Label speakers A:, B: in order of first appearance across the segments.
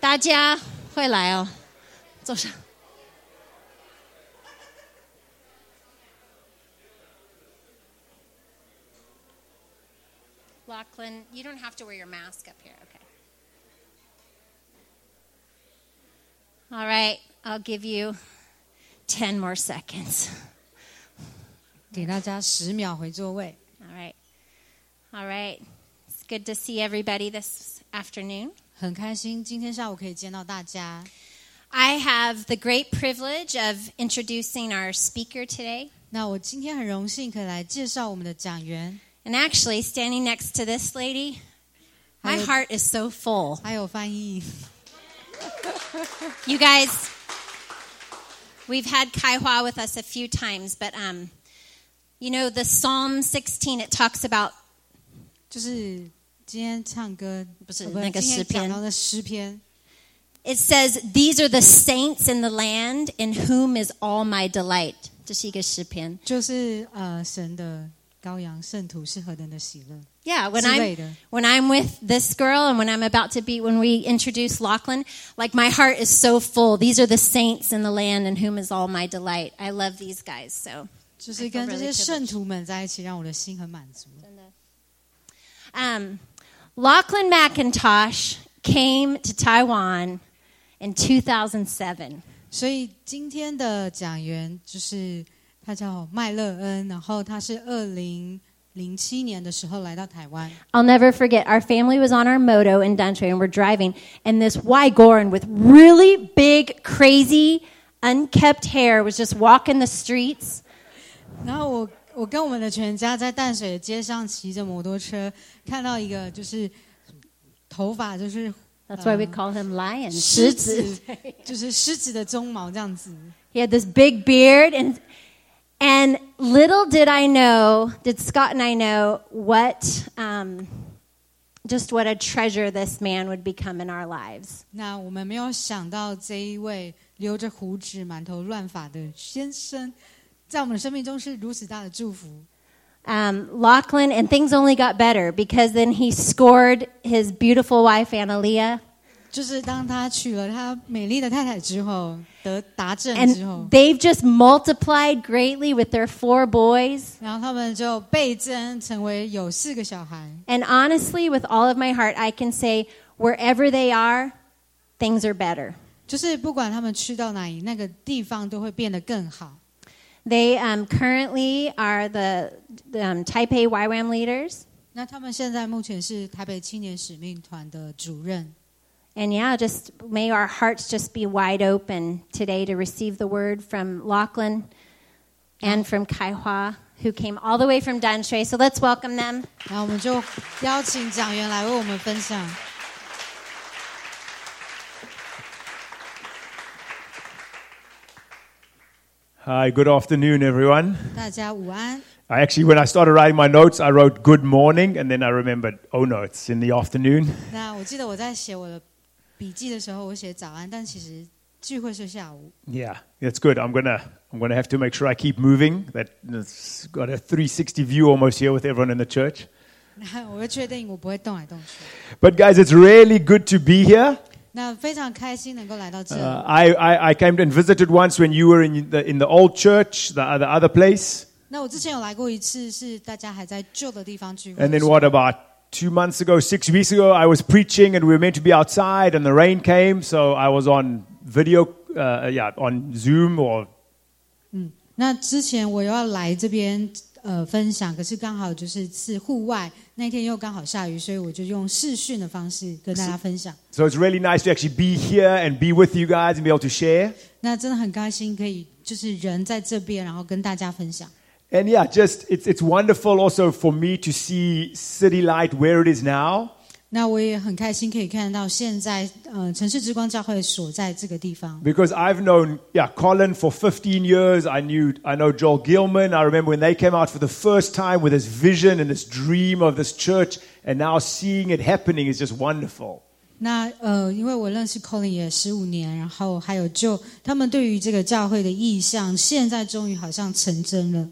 A: 大家会来哦，坐上。
B: Lachlan, you don't have to wear your mask up here. Okay.
A: All right, I'll give you 10 more seconds.
C: 给大家十秒回座位。
A: All right. All right. It's good to see everybody this afternoon.
C: 很开心今天下午可以见到大家。
A: I have the great privilege of introducing our speaker today.
C: 那我今天很荣幸可以来介绍我们的讲员，
A: And actually, standing next to this lady, my
C: Hi.
A: heart is so full.
C: 还有翻译。
A: You guys, we've had Kai Hua with us a few times, but um, you know, the Psalm 16, it talks about
C: 就是今天唱歌
A: 不是
C: 呃
A: 那个
C: 今天
A: 诗篇
C: 讲到的诗篇，
A: It says, These are the saints in the land in whom is all my delight. 这是一个诗篇。
C: 就是呃神的羔羊圣徒是何等的喜乐。
A: Yeah, when
C: 之
A: I'm,
C: 类的
A: when I'm with this girl and when I'm about to be, when we introduce Lachlan, like my heart is so full. These are the saints in the land in whom is all my delight. I love these guys so.
C: 就是跟这些圣徒们在一起，让我的心很满足。
A: Um, Lachlan McIntosh came to Taiwan in 2007.
C: 所以今天的讲员就是他叫麦乐恩，然后他是二零零七年的时候来到台湾。
A: I'll never forget. Our family was on our moto in Dantray, and we're driving, and this Wygoran with really big, crazy, unkept hair was just walking the streets.
C: 然后我我跟我们的全家在淡水的街上骑着摩托车，看到一个就是头发就是
A: That's why we
C: Uh,
A: call him Lion.
C: 狮子， 就是狮子的鬃毛这样子。
A: He had this big beard, and and little did I know, did Scott and I know what. Um, just what a treasure this man would become in our lives.
C: 那我们没有想到这一位留着胡子、满头乱发的先生，在我们的生命中是如此大的祝福。
A: um, Lachlan, and things only got better because then he scored his beautiful wife, Analia,
C: 就是当他娶了他美丽的太太之后，得达阵之后
A: and，they've just multiplied greatly with their four boys.
C: 然后他们就倍增，成为有四个小孩。
A: And honestly, with all of my heart, I can say wherever they are, things are better.
C: 就是不管他们去到哪里，那个地方都会变得更好。
A: They um, currently are the um, Taipei YWAM leaders.
C: 那他们现在目前是台北青年使命团的主任，
A: And yeah, just may our hearts just be wide open today to receive the word from Lachlan and from Kai Hua, who came all the way from Danshui. So let's welcome them.
C: 然后我们就邀请蒋员来为我们分享。
D: Hi, good afternoon, everyone.
C: 大家午安。
D: I actually, when I started writing my notes, I wrote good morning, and then I remembered, oh no, it's in the afternoon.
C: 那我记得我在写我的笔记的时候，我写早安，但其实聚会是下午。
D: Yeah, that's good. I'm gonna, I'm gonna have to make sure I keep moving. That, that's got a 360 view almost here with everyone in the church.
C: 那我会确定我不会动来动去。
D: But guys, it's really good to be here.
C: 那非常开心能够来到这
D: Uh,
C: 里。
D: I, I, I came and visited once when you were in the in the old church, the other other place,
C: 那我之前有来过一次，是大家还在旧的地方聚会的
D: and
C: 时
D: then
C: 候。
D: what about? Two months ago, six weeks ago, I was preaching and we were meant to be outside, and the rain came, so I was on video, uh, yeah, on Zoom or
C: 那之前我要来这边呃分享，可是刚好就是是户外，那天又刚好下雨，所以我就用视讯的方式跟大家分享。
D: So it's really nice to actually be here and be with you guys and be able to share.
C: 那真的很开心，可以就是人在这边，然后跟大家分享。
D: And yeah, just it's it's wonderful also for me to see City Light where it is now.
C: 那我也很开心可以看到现在呃城市之光教会所在这个地方。
D: Because I've known yeah, Colin for 15 years. I knew I know Joel Gilman. I remember when they came out for the first time with this vision and this dream of this church and now seeing it happening is just wonderful.
C: 那呃，因为我认识 Colin 也十五年，然后还有就他们对于这个教会的意向，现在终于好像成真了。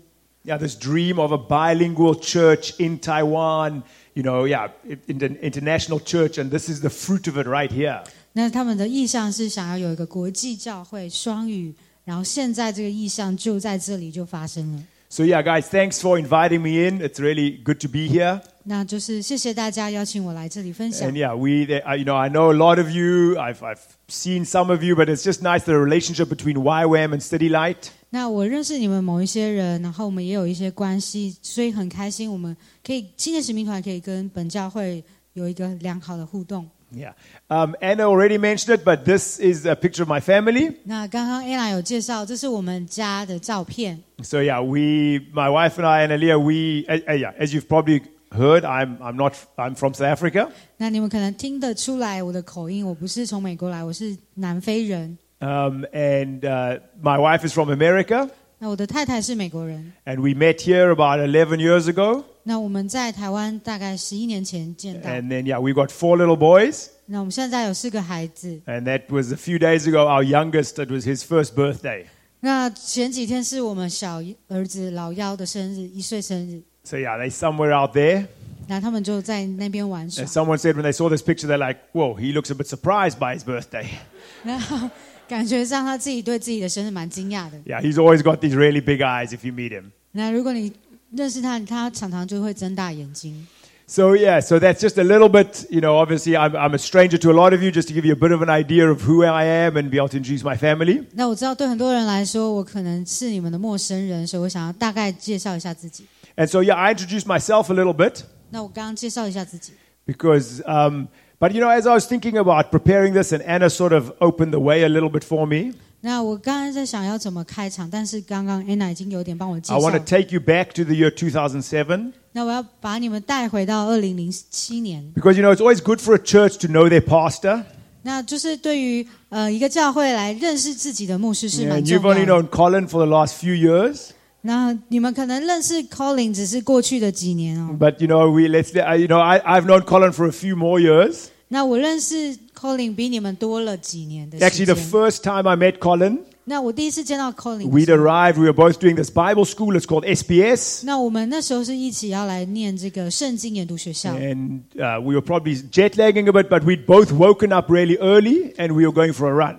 D: Yeah, this dream of a bilingual church in Taiwan, you know, yeah, in- in- international church and this is the fruit of it right here.
C: 那他们的意向是想要有一个国际教会双语，然后现在这个意向就在这里就发生了。
D: So, yeah, guys, thanks for inviting me in. It's really good to be here.
C: 那就是谢谢大家邀请我来这里分享
D: And。yeah, we, they, I- you know, I know a lot of you. I've, I've seen some of you, but it's just nice the relationship between YWAM and City Light.
C: 那我认识你们某一些人，然后我们也有一些关系，所以很开心，我们可以青年使命团可以跟本教会有一个良好的互动。
D: Yeah. Um, Anna already mentioned it, but this is a picture of my family.
C: 那刚刚 Ella 有介绍，这是我们家的照片。
D: So yeah, we, my wife and I and Aaliyah, we, uh, uh, yeah, as you've probably heard, I'm, I'm not, I'm from South Africa.
C: 那你们可能听得出来我的口音，我不是从美国来，我是南非人。
D: Um, and uh, my wife is from America.
C: 那我的太太是美国人。
D: And we met here about 11 years ago.
C: 那我们在台湾大概十一年前见到。
D: And then, yeah, we got four little boys.
C: 那我们现在有四个孩子。
D: And that was a few days ago, our youngest, it was his first birthday.
C: 那前几天是我们小儿子老幺的生日，一岁生日。
D: So yeah, they somewhere out there.
C: 然后他们就在那边玩耍
D: And。someone said when they saw this picture, they're like, whoa, he looks a bit surprised by his birthday.
C: 然后感觉上他自己对自己的生日蛮惊讶的。
D: Yeah, he's always got these really big eyes if you meet him.
C: 那如果你认识他，他常常就会睁大眼睛。
D: So yeah, so that's just a little bit, you know, obviously I'm, I'm a stranger to a lot of you, just to give you a bit of an idea of who I am and be able to introduce my family.
C: 那我知道对很多人来说，我可能是你们的陌生人，所以我想要大概介绍一下自己。
D: And so yeah, I introduced myself a little bit
C: 那我刚刚介绍一下自己。
D: because, um, but you know, as I was thinking about preparing this and Anna sort of opened the way a little bit for me,
C: 那我刚刚在想要怎么开场，但是刚刚 Anna 已经有点帮我介
D: I
C: 绍
D: want to
C: 了。
D: take you back to the year 2007.
C: 那我要把你们带回到二零零七年。
D: Because you know, it's always good for a church to know their pastor.
C: 那就是对于呃一个教会来认识自己的牧师是
D: Yeah,
C: 蛮
D: and
C: 重
D: you've
C: 要
D: only
C: 的。
D: known Colin for the last few years,
C: 那你们可能认识 Colin 只是过去的几年哦。
D: but you know, we let's uh, you know, I, I've known Colin for a few more years.
C: 那我认识 Colin 比你们多了几年的
D: Actually,
C: 时间。
D: the first time I met Colin,
C: 那我第一次见到 Colin，的
D: we'd
C: 时候
D: arrived. We were both doing this Bible school. It's called SBS,
C: 那我们那时候是一起要来念这个圣经研读学校。
D: and uh, we were probably jet lagging a bit, but we'd both woken up really early and we were going for a run.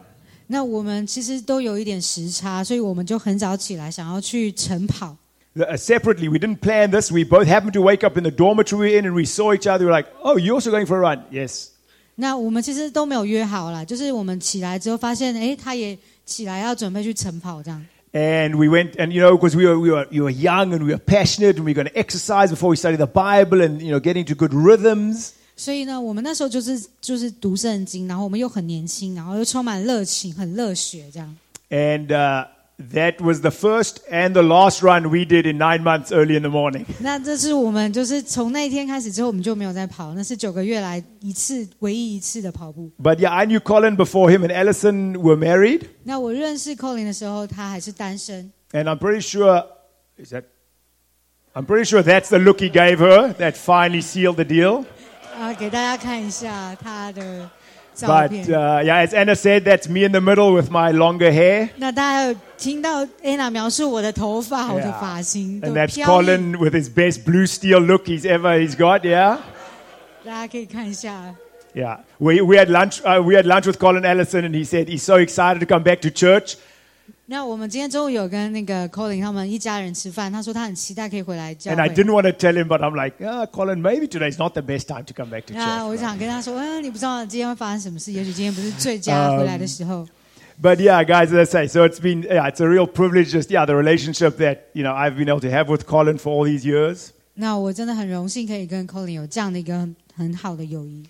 C: 那我们其实都有一点时差，所以我们就很早起来想要去晨跑。
D: Uh, separately, we didn't plan this. We both happened to wake up in the dormitory we were in, and we saw each other. We were like, "Oh, you're also going for a run?" Yes.
C: 那我们其实都没有约好啦，就是我们起来之后发现，诶，他也起来要准备去晨跑这样。
D: And we went, and you know, because we were, we, were, we were young and we were passionate and we were going to exercise before we study the Bible and, you know, get into good rhythms.
C: 所以呢，我们那时候就是就是读圣经，然后我们又很年轻，然后又充满热情，很热血这样。
D: And uh, that was the first and the last run we did in nine months early in the morning.
C: 那这是我们就是从那一天开始之后，我们就没有再跑，那是九个月来一次唯一一次的跑步。
D: But yeah, I knew Colin before him and Allison were married.
C: 那我认识 Colin 的时候，他还是单身。
D: And I'm pretty sure, is that, I'm pretty sure that's the look he gave her that finally sealed the deal.
C: 啊，给大家看一下他的照
D: But
C: 片。
D: uh, yeah, as Anna said, that's me in the middle with my longer hair.
C: 那大家有听到 Anna 描述我的头发、我的发型
D: And
C: 的
D: that's
C: 飘逸，
D: Colin with his best blue steel look he's ever he's got. Yeah,
C: 大家可以看一下。
D: yeah. We we had lunch uh, we had lunch with Colin Allison, and he said he's so excited to come back to church.
C: 那我们今天中午有跟那个 Colin 他们一家人吃饭，他说他很期待可以回来教
D: And I
C: 会。
D: didn't want to tell him, but I'm like, ah, Colin, maybe today's not the best time to come back to
C: 那
D: church.
C: 我想跟他说，嗯、你不知道今天会发生什么事，也许今天不是最佳回来的时候。
D: But yeah, guys, as I say, so it's been yeah, it's a real privilege. Just yeah, the relationship that you know I've been able to have with Colin for all these years.
C: 那我真的很荣幸可以跟 Colin 有这样的一个很很好的友谊。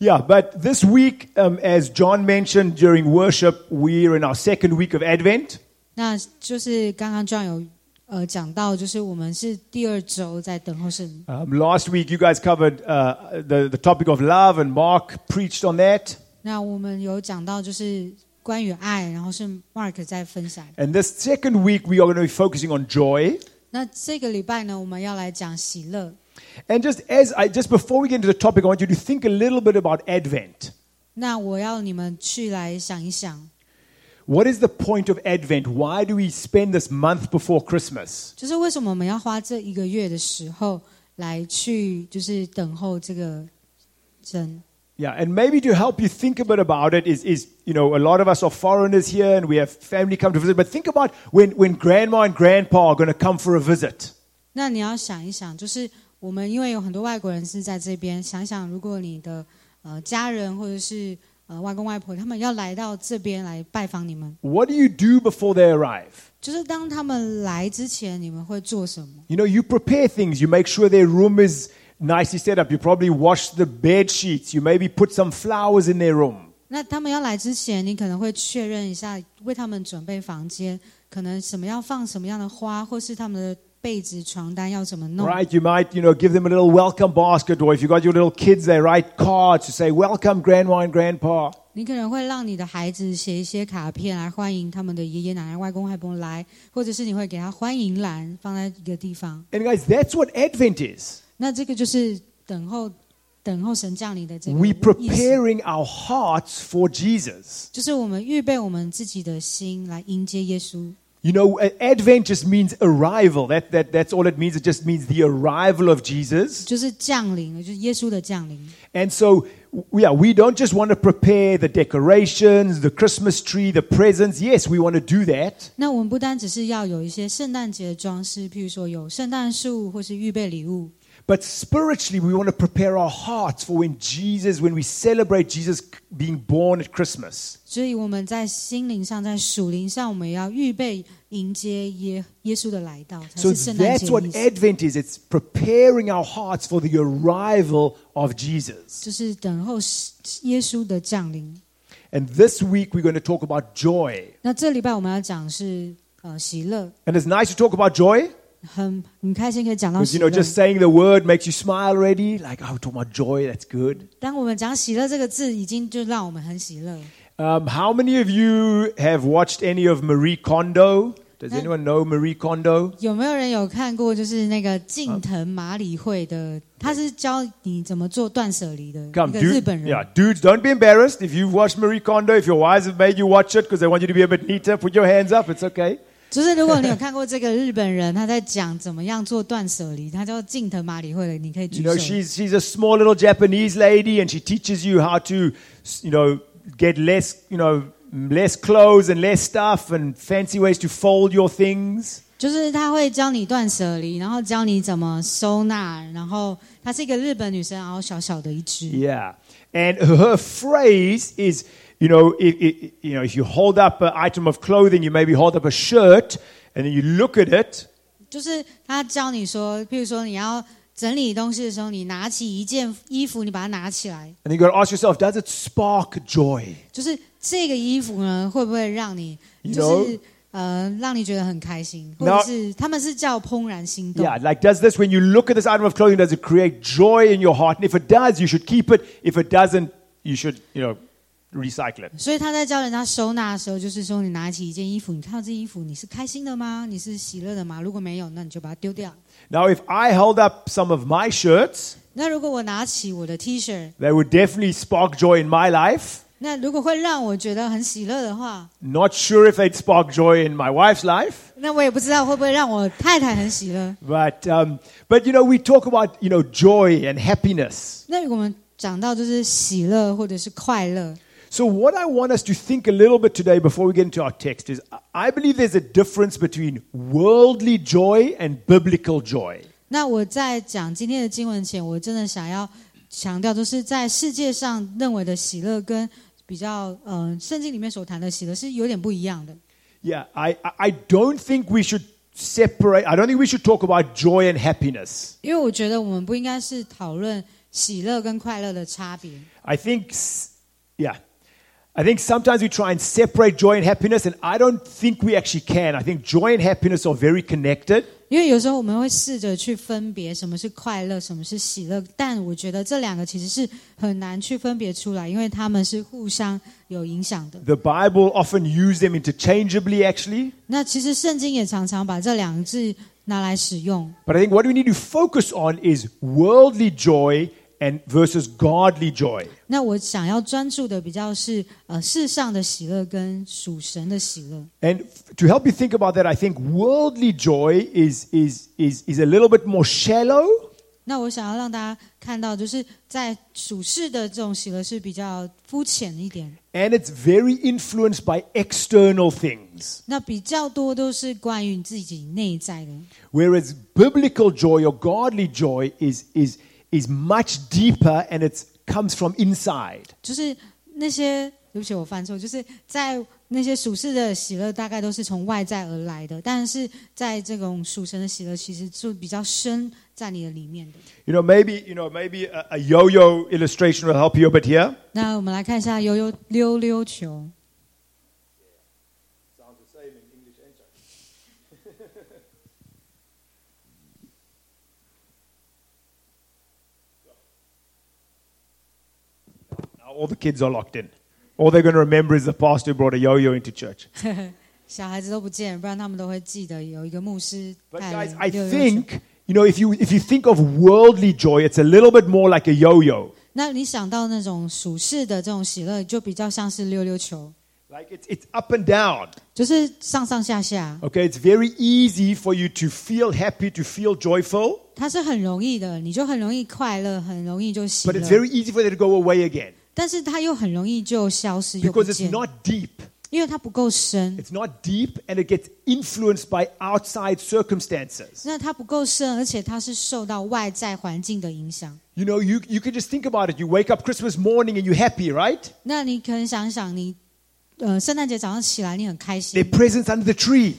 D: Yeah, but this week, um, as John mentioned during worship, we're in our second week of Advent.
C: 那就是刚刚 John 有呃讲到，就是我们是第二周在等候圣灵。
D: Um, last week, you guys covered uh, the, the topic of love, and Mark preached on that.
C: 那我们有讲到就是关于爱，然后是 Mark 在分享。
D: And this second week, we are going to be focusing on joy.
C: 那这个礼拜呢，我们要来讲喜乐。
D: And just as I just before we get into the topic, I want you to think a little bit about Advent.
C: 那我要你们去来想一想，
D: What is the point of Advent? Why do we spend this month before Christmas?
C: 就是为什么我们要花这一个月的时候来去，就是等候这个神。
D: Yeah, and maybe to help you think a bit about it is, is you know, a lot of us are foreigners here and we have family come to visit, but think about when, when grandma and grandpa are going to come for a visit.
C: 那你要想一想，就是我们因为有很多外国人是在这边，想想如果你的呃家人或者是呃外公外婆他们要来到这边来拜访你们，
D: What do you do before they arrive?
C: 就是当他们来之前，你们会做什么？
D: You know, you prepare things, you make sure their room is nicely set up, you probably wash the bed sheets, you maybe put some flowers in their room.
C: 那他们要来之前，你可能会确认一下，为他们准备房间，可能什么要放什么样的花，或是他们的被子、床单要怎么弄。
D: Right, you might, you know, give them a little welcome basket, or if you got your little kids, they write cards to say, Welcome, grandma and grandpa.
C: 你可能会让你的孩子写一些卡片来欢迎他们的爷爷奶奶、外公外婆来，或者是你会给他欢迎栏放在一个地方。
D: And guys, that's what Advent is.
C: 那这个就是等候，等候神降临的这个
D: We
C: 意思，
D: preparing our hearts for Jesus.
C: 就是我们预备我们自己的心来迎接耶稣。
D: You know, a- Advent just means arrival. That, that, that's all it means. It just means the arrival of Jesus.
C: 就是降临了，就是耶稣的降临。
D: And so, w- yeah, we don't just want to prepare the decorations, the Christmas tree, the presents. Yes, we want to do that.
C: 那我们不单只是要有一些圣诞节的装饰，譬如说有圣诞树或是预备礼物，
D: But spiritually, we want to prepare our hearts for when Jesus, when we celebrate Jesus c- being born at Christmas.
C: 所以我们在心灵上、在属灵上，我们也要预备迎接耶耶稣的来到，才
D: So
C: 是圣诞节
D: that's
C: 的
D: what
C: 意思。
D: Advent is. It's preparing our hearts for the arrival of Jesus.
C: 就是等候耶稣的降临。
D: And this week, we're going to talk about joy.
C: 那这礼拜我们要讲是呃喜乐，
D: And it's nice to talk about joy
C: 很很开心可以讲到
D: because
C: 喜
D: you know
C: 乐。
D: just saying the word makes you smile already. Like oh, talk about joy, that's good.
C: 当我们讲喜乐这个字，已经就让我们很喜乐。
D: Um, how many of you have watched any of Marie Kondo? Does
C: No.
D: anyone know Marie Kondo?
C: 有没有人有看过就是那个近藤麻里惠的？他是教你怎么做断舍离的一
D: Come,
C: 个日
D: dude,
C: 本人。
D: yeah, dudes, don't be embarrassed if you've watched Marie Kondo. If your wives have made you watch it because they want you to be a bit neater, put your hands up. It's okay.
C: 就是如果你有看过这个日本人，他在讲怎么样做断舍离，他叫近藤麻里惠的，你可以
D: You
C: 举
D: know,
C: 手。
D: she's she's a small little Japanese lady, and she teaches you how to, you know, get less, you know, less clothes and less stuff, and fancy ways to fold your things.
C: 就是他会教你断舍离，然后教你怎么收纳，然后她是一个日本女生，然后小小的一只。
D: Yeah, and her phrase is, you know, if, if, you know, if you hold up an item of clothing, you maybe hold up a shirt, and then you look at it,
C: 就是他教你说，譬如说你要整理东西的时候，你拿起一件衣服，你把它拿起来，
D: and you got to ask yourself, does it spark joy?
C: 就是这个衣服呢，会不会让你
D: You
C: 就
D: know?
C: 是呃，让你觉得很开心，或
D: Now-
C: 者是他们是叫怦然心动
D: Yeah, like does this when you look at this item of clothing, does it create joy in your heart? And if it does, you should keep it. If it doesn't, you should, you know, recycle it.
C: 所以他在教人家收纳的时候，就是说，你拿起一件衣服，你看到这衣服，你是开心的吗？你是喜乐的吗？如果没有，那你就把它丢掉。
D: Now, if I held up some of my shirts,
C: 那如果我拿起我的 T 恤，
D: they would definitely spark joy in my life.
C: 那如果会让我觉得很喜乐的话，
D: Not sure if they'd spark joy in my wife's life.
C: 那我也不知道会不会让我太太很喜乐。
D: But um, but you know we talk about you know joy and happiness.
C: 那我们讲到就是喜乐或者是快乐，
D: So what I want us to think a little bit today before we get into our text is I- I believe there's a difference between worldly joy and biblical joy.
C: 那我在讲今天的经文前，我真的想要强调，就是在世界上认为的喜乐跟比较，嗯、呃，圣经里面所谈的喜乐是有点不一样的。
D: Yeah, I I- I don't think we should separate. I don't think we should talk about joy and happiness.
C: 因为我觉得我们不应该是讨论喜乐跟快乐的差别。
D: I think s- yeah. I think sometimes we try and separate joy and happiness, and I don't think we actually can. I think joy and happiness are very connected.
C: 因为有时候我们会试着去分别什么是快乐，什么是喜乐，但我觉得这两个其实是很难去分别出来，因为他们是互相有影响的。
D: The Bible often uses them interchangeably, actually.
C: 那其实圣经也常常把这两个字拿来使用，
D: But I think what we need to focus on is worldly joy and versus godly joy.
C: 那我想要专注的比较是呃世上的喜乐跟属神的喜乐。
D: And f- to help you think about that, I think worldly joy is is is is a little bit more shallow.
C: 那我想要让大家看到，就是在属世的这种喜乐是比较肤浅一点，
D: And it's very influenced by external things.
C: 那比较多都是关于你自己内在的。
D: Whereas biblical joy or godly joy is, is, is much deeper and it comes from inside.
C: 就是那些，对不起，我犯错，就是在那些属世的喜乐，大概都是从外在而来的，但是在这种属神的喜乐，其实就比较深在你的里面的。
D: You know, maybe, you know, maybe a, a yo-yo illustration will help you a bit here.
C: 那我们来看一下悠悠溜溜球，
D: Sounds the same in English and Chinese. now all the kids are locked in. All they're going to remember is the pastor who brought a yo-yo into church.
C: 小孩子都不见，不然他们都会记得有一个牧师
D: But
C: 带
D: guys,
C: 了
D: I
C: 溜溜球。
D: think you know if you if you think of worldly joy, it's a little bit more like a yo-yo.
C: 那你想到那种属世的这种喜乐，就比较像是溜溜球，
D: Like it's it's up and down.
C: 就是上上下下，
D: Okay, it's very easy for you to feel happy, to feel joyful,
C: 它是很容易的，你就很容易快乐，很容易就喜
D: but it's
C: 乐，
D: very easy for that to go away again
C: 但是它又很容易就消失又不
D: because it's
C: 见，
D: not deep.
C: 因为它不够深。
D: It's not deep and it gets influenced by outside circumstances.
C: 那它不够深，而且它是受到外在环境的影响。
D: You know, you, you can just think about it. You wake up Christmas morning and you're happy, right?
C: 那你可能想一想你，呃，圣诞节早上起来你很开
D: There
C: 心
D: are，presents under the tree.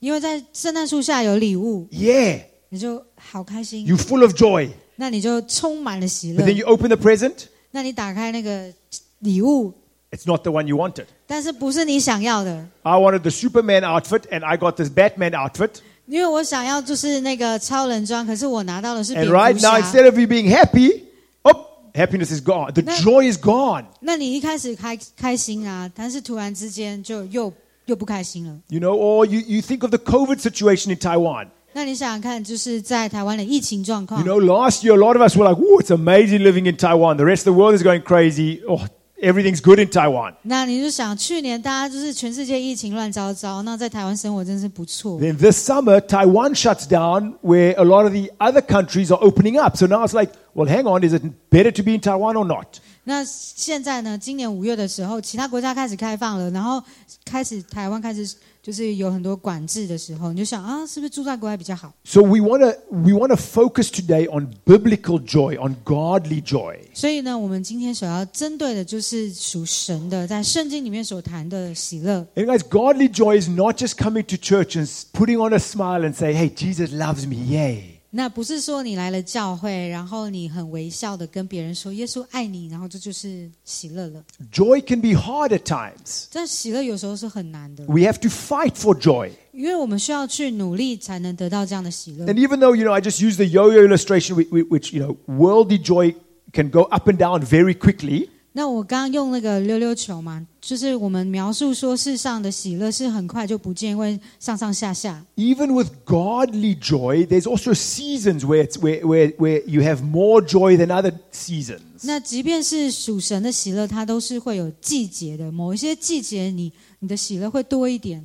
C: 因为在圣诞树下有礼物，
D: Yeah,
C: 你就好开心，
D: you're full of joy.
C: 那你就充满了喜乐
D: But then。you open the present,
C: 那你打开那个礼物，
D: it's not the one you wanted.
C: 但是不是你想要的？
D: I wanted the Superman outfit and I got this Batman outfit.
C: 因为我想要就是那个超人装，可是我拿到的是蝙
D: And right
C: 蝠侠。
D: now, instead of you being happy, oh, happiness is gone. The
C: No.
D: joy is gone.
C: 那你一开始开开心啊，但是突然之间就又又不开心了。
D: You know, or you, you think of the COVID situation in Taiwan.
C: 那你想想看，就是在台湾的疫情状况
D: You，know, last year, a lot of us were like, oh, it's amazing living in Taiwan. The rest of the world is going crazy. Oh, everything's good in Taiwan.
C: 那你就想，去年大家就是全世界疫情乱糟糟，那在台湾生活真是不错。
D: Then this summer, Taiwan shuts down where a lot of the other countries are opening up. So now it's like, well, hang on, is it better to be in Taiwan or not?
C: 那现在呢？今年五月的时候，其他国家开始开放了，然后开始台湾开始就是有很多管制的时候，你就想啊，是不是住在国外比较好？
D: So we want to we want to focus today on biblical joy, on godly joy.
C: 所以呢，我们今天所要针对的就是属神的，在圣经里面所谈的喜乐。
D: And guys, godly joy is not just coming to church and s- putting on a smile and say, "Hey, Jesus loves me, yay!"
C: 那不是说你来了教会，然后你很微笑的跟别人说耶稣爱你，然后这就是喜乐了。
D: Joy can be hard at times.
C: 但喜乐有时候是很难的。
D: We have to fight for joy.
C: 因为我们需要去努力才能得到这样的喜乐
D: And。even though you know, I just used the yo-yo illustration, whi- whi- which you know, worldly joy can go up and down very quickly.
C: 那我刚刚用那个溜溜球嘛，就是我们描述说世上的喜乐是很快就不见，会上上下下。
D: Even with godly joy, there's also seasons where it's where where, where you have more joy than other seasons.
C: 那即便是属神的喜乐，它都是会有季节的，某一些季节你你的喜乐会多一点。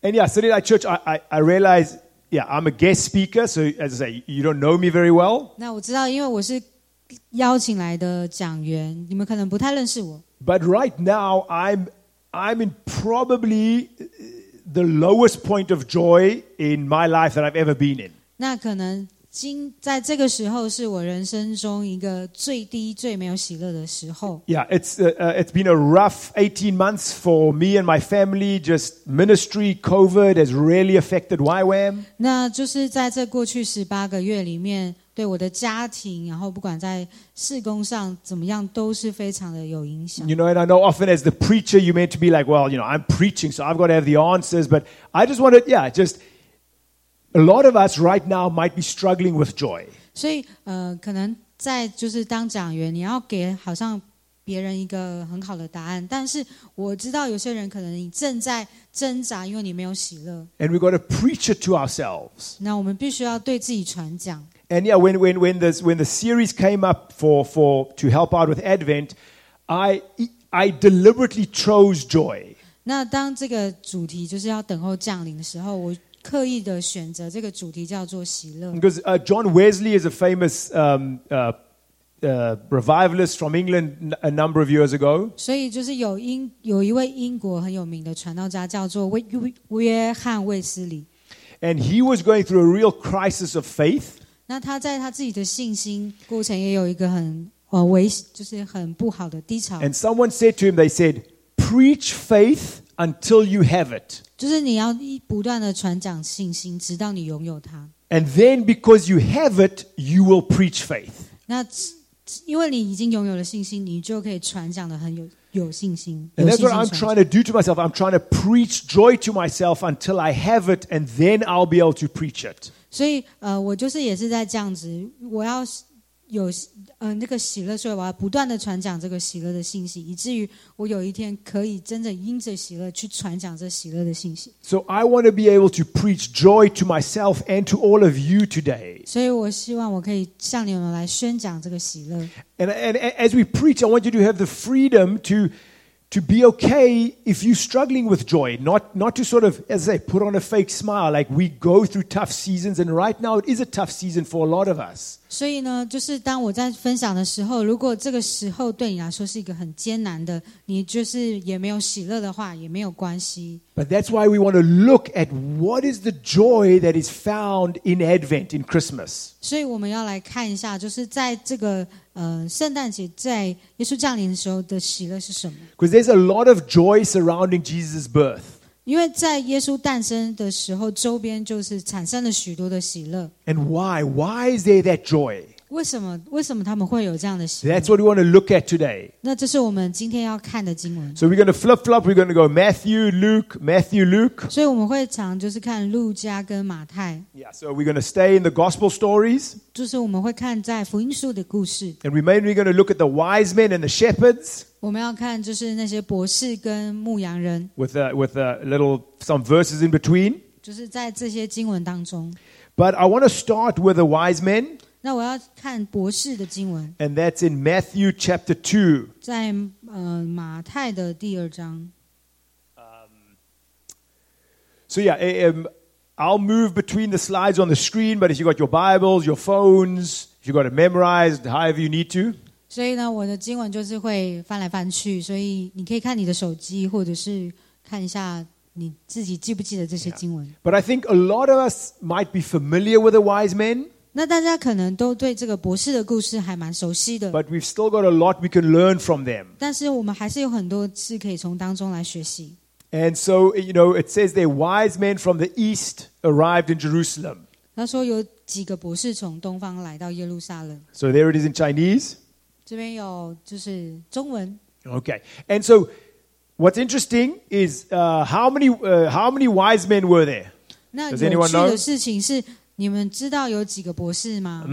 D: And yeah, City Light Church, I, I, I realize, yeah, I'm a guest speaker, so as I say, you don't know me very well.
C: 那我知道，因为我是邀请来的讲员，你们可能不太认识我。
D: But right now, I'm I'm in probably uh, the lowest point of joy in my life that I've ever been in.
C: 那可能今在这个时候是我人生中一个最低、最没有喜乐的时候。
D: Yeah, it's uh, uh, it's been a rough 18 months for me and my family. Just ministry, COVID has really affected YWAM.
C: 那就是在这过去十八个月里面，对我的家庭，然后不管在事工上怎么样，都是非常的有影响。
D: You know, and I know often as the preacher, you're meant to be like, well, you know, I'm preaching, so I've got to have the answers. But I just want to, yeah, just a lot of us right now might be struggling with joy.
C: 所以，呃，可能在就是当讲员，你要给好像别人一个很好的答案，但是我知道有些人可能你正在挣扎，因为你没有喜乐。
D: And we've got to preach it to ourselves.
C: 那我们必须要对自己传讲。
D: And yeah, when, when, when, this, when the series came up for, for, to help out with Advent, I, I deliberately chose joy.
C: 那当这个主题就是要等候降临的时候，我刻意的选择这个主题叫做喜乐。
D: Because uh, John Wesley is a famous um, uh, uh, revivalist from England n- a number of years ago.
C: 所以就是有英有一位英国很有名的传道家叫做威约约翰卫斯理，
D: And he was going through a real crisis of faith.
C: 那他在他自己的信心过程也有一个很呃危就是很不好的低潮，
D: And someone said to him, they said, preach faith until you have it.
C: 就是你要一不断的传讲信心，直到你拥有它。
D: And then because you have it, you will preach faith.
C: 那因为你已经拥有了信心，你就可以传讲的很有有信心。有
D: And
C: 信
D: that's
C: 心
D: what I'm
C: 传讲
D: trying to do to myself. I'm trying to preach joy to myself until I have it, and then I'll be able to preach it.
C: 所以呃，我就是也是在这样子，我要有呃那个喜乐，所以我要不断的传讲这个喜乐的信息，以至于我有一天可以真正因着喜乐去传讲这喜乐的信息。
D: So I want to be able to preach joy to myself and to all of you today.
C: 所以我希望我可以向你们来宣讲这个喜乐。
D: And, and, and as we preach, I want you to have the freedom to, to be okay if you're struggling with joy, not, not to sort of, as I say, put on a fake smile. Like we go through tough seasons, and right now it is a tough season for a lot of us.
C: 所以呢，就是当我在分享的时候，如果这个时候对你来说是一个很艰难的，你就是也没有喜乐的话，也没有关系。
D: But that's why we want to look at what is the joy that is found in Advent, in Christmas.
C: 所以我们要来看一下，就是在这个呃圣诞节，在耶稣降临的时候的喜乐是什么？
D: Because there's a lot of joy surrounding Jesus' birth.
C: 因为在耶稣诞生的时候，周边就是产生了许多的喜乐。
D: And why? Why is there that joy?
C: 为什么？为什么他们会有这样的喜
D: So
C: 乐
D: that's？what we want to look at today.
C: 那这是我们今天要看的经文，
D: So we're going to flip flop. We're going to go Matthew, Luke, Matthew, Luke.
C: 所以我们会常就是看路加跟马太，
D: Yeah, so we're going to stay in the gospel stories.
C: 就是我们会看在福音书的故事，
D: And we mainly going to look at the wise men and the shepherds
C: 我们要看就是那些博士跟牧羊人，
D: with a, with a little, some verses in between.
C: 就是在这些经文当中。
D: But I want to start with the wise men,
C: 那我要看博士的经文，
D: and that's in Matthew chapter 2.
C: 在呃马太的第二章，
D: So yeah, eh, um, I'll move between the slides on the screen, but if you've got your Bibles, your phones, if you've got it memorized, however you need to.
C: 所以呢，我的经文就是会翻来翻去，所以你可以看你的手机，或者是看一下你自己记不记得这些经文。
D: But I think a lot of us might be familiar with the wise men,
C: 那大家可能都对这个博士的故事还蛮熟悉的，
D: but we've still got a lot we can learn from them.
C: 但是我们还是有很多事可以从当中来学习。
D: And so, you know, it says there, wise men from the east arrived in Jerusalem.
C: 他说有几个博士从东方来到耶路撒冷，
D: So there it is in Chinese.
C: 这边有就是中文。
D: Okay. And so what's interesting is uh, how, many, uh, how many wise men were there?
C: 那
D: Does
C: 有
D: anyone
C: 趣
D: know？
C: 的事情是，你们知道有几个博士吗？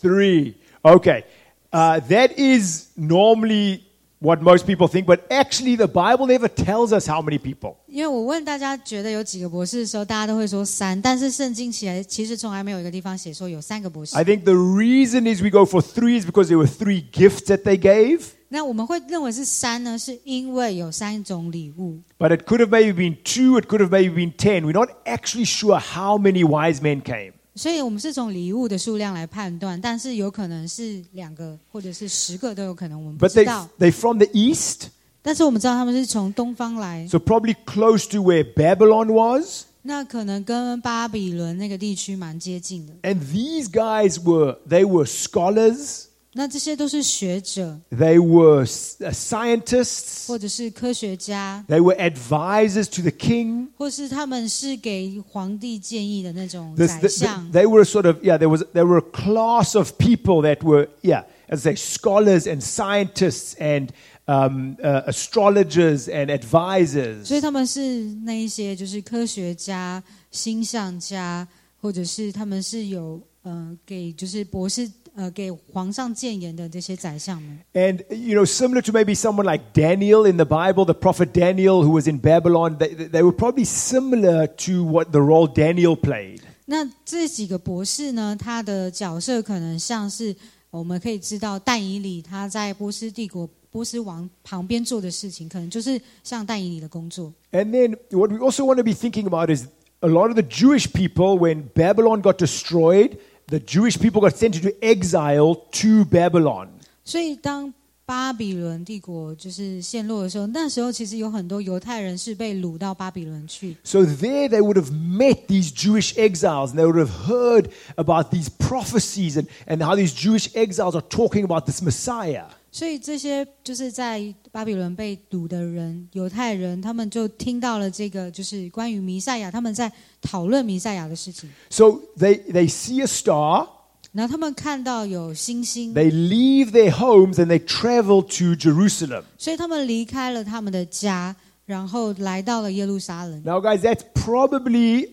D: Three. Okay. Uh, that is normally what most people think, but actually the Bible never tells us how many people.
C: 因为我问大家觉得有几个博士的时候，大家都会说三，但是圣经起来其实从来没有一个地方写说有三个博士
D: I。think the reason is we go for three is because there were three gifts that they gave,
C: 那我们会认为是三呢，是因为有三种礼物，
D: but it could have maybe been two, it could have maybe been ten. We're not actually sure how many wise men came.
C: 所以我们是从礼物的数量来判断，但是有可能是两个或者是十个都有可能，我们不
D: But
C: 知
D: they,
C: 道。
D: they're from the east,
C: 但是我们知道他们是从东方来，
D: so probably close to where Babylon was.
C: 那可能跟巴比伦那个地区蛮接近的。
D: And these guys were, they were scholars,
C: 那这些都是学者
D: they were s- uh, scientists,
C: 或者是科学家，
D: They were advisors to the king.
C: 或是他们是给皇帝建议的那种
D: This-
C: 宰
D: th- th-
C: 相。
D: they were a sort of yeah. There was there were a class of people that were yeah, as they scholars and scientists and um, uh, astrologers and
C: 所以
D: advisors.
C: 他们是那一些就是科学家、星象家，或者是他们是有呃给就是博士呃给皇上谏言的这些宰相们。
D: And you know, similar to maybe someone like Daniel in the Bible, the prophet Daniel who was in Babylon, they, they were probably similar to what the role Daniel played.
C: 那这几个博士呢，他的角色可能像是呃我们可以知道但以理他在波斯帝国波斯王旁边做的事情，可能就是像但以理的工作。
D: And then what we also want to be thinking about is a lot of the Jewish people, when Babylon got destroyed, the Jewish people got sent into exile to Babylon.
C: 所以当巴比伦帝国就是陷落的时候，那时候其实有很多犹太人是被掳到巴比伦去，
D: So there they would have met these Jewish exiles and they would have heard about these prophecies and, and how these Jewish exiles are talking about this Messiah.
C: 所以这些就是在巴比伦被掳的人，犹太人，他们就听到了这个就是关于弥赛亚，他们在讨论弥赛亚的事情，
D: So they, they see a star,
C: 然后他们看到有星星，
D: they leave their homes and they travel to Jerusalem.
C: 所以他们离开了他们的家，然后来到了耶路撒冷。
D: Now, guys, that's probably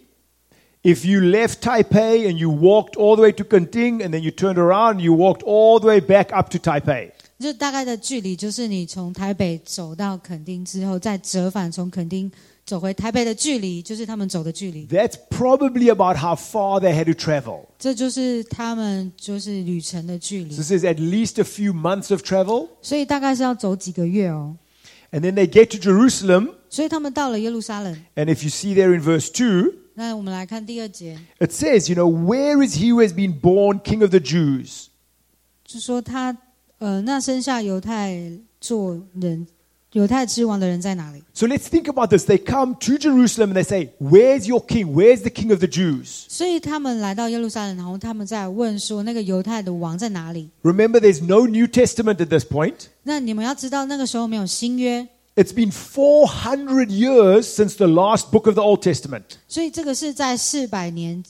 D: if you left Taipei and you walked all the way to Kanting and then you turned around and you walked all the way back up to Taipei.
C: 就大概的距离，就是你从台北走到垦丁之后，再折返从垦丁走回台北的距离，就是他们走的距离。
D: That's probably about how far they had to travel.
C: 这就是他们就是旅程的距
D: So
C: 离，
D: this is at least a few months of travel.
C: 所以大概是要走几个月哦。
D: And then they get to Jerusalem.
C: 所以他们到了耶路撒冷。
D: And if you see there in verse 2,
C: 那我们来看第二节，
D: it says, you know, where is he who has been born king of the Jews?
C: 就说他呃，那生下犹太做人、犹太之王的人在哪里？
D: So let's think about this. They come to Jerusalem and they say, Where's your king? Where's the king of the Jews?
C: 所以他们来到耶路撒冷，然后他们在问说，那个犹太的王在哪里？
D: Remember, there's no New Testament at this point.
C: 那你们要知道，那个时候没有新约，
D: It's been 400 years since the last book of the Old Testament.
C: 所以这个是在四百年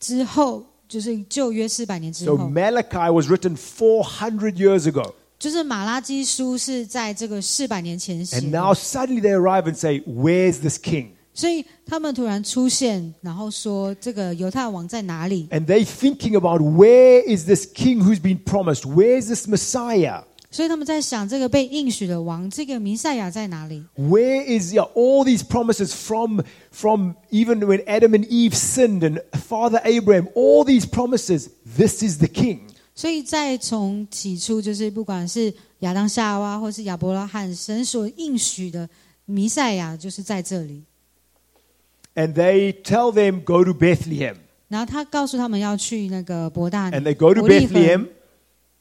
C: 之后，就是旧约四百年之
D: So
C: 后，
D: Malachi was written 400 years ago.
C: 就是马拉基书是在这个四百年前写
D: And now
C: 的，
D: suddenly they arrive and say, Where's this king?
C: 所以他们突然出现，然后说这个犹太王在哪里？
D: And they thinking about where is this king who's been promised? Where's this Messiah?
C: 所以他们在想这个被应许的王，这个弥赛亚在哪里？
D: Where is yeah, all these promises from from even when Adam and Eve sinned and Father Abraham, all these promises, this is the king.
C: 所以在从起初就是不管是亚当夏娃或是亚伯拉罕，神所应许的弥赛亚就是在这里。
D: And they tell them, Go to Bethlehem.
C: 然后他告诉他们要去那个伯大尼
D: And they go to
C: 伯利恒
D: Bethlehem.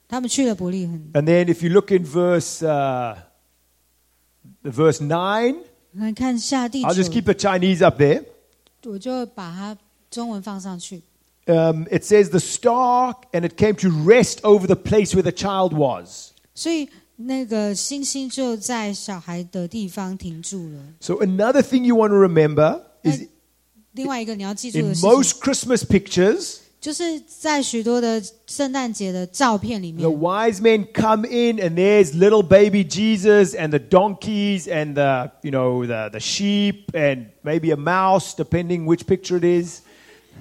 C: 他们去了伯利恒。
D: And then if you look in verse uh, verse 9,
C: 那看下第
D: I'll just
C: 九
D: keep，the Chinese up there.
C: 我就把它中文放上去。
D: Um, it says the star and it came to rest over the place where the child was.
C: 所以那个星星就在小孩的地方停住了。
D: So another thing you want to remember is
C: 另外一个你要记住
D: in
C: 的事情，
D: most Christmas pictures,
C: 就是在许多的圣诞节的照片里
D: The
C: 面，
D: wise men come in, and there's little baby Jesus, and the donkeys, and the you know the the sheep, and maybe a mouse, depending which picture it is.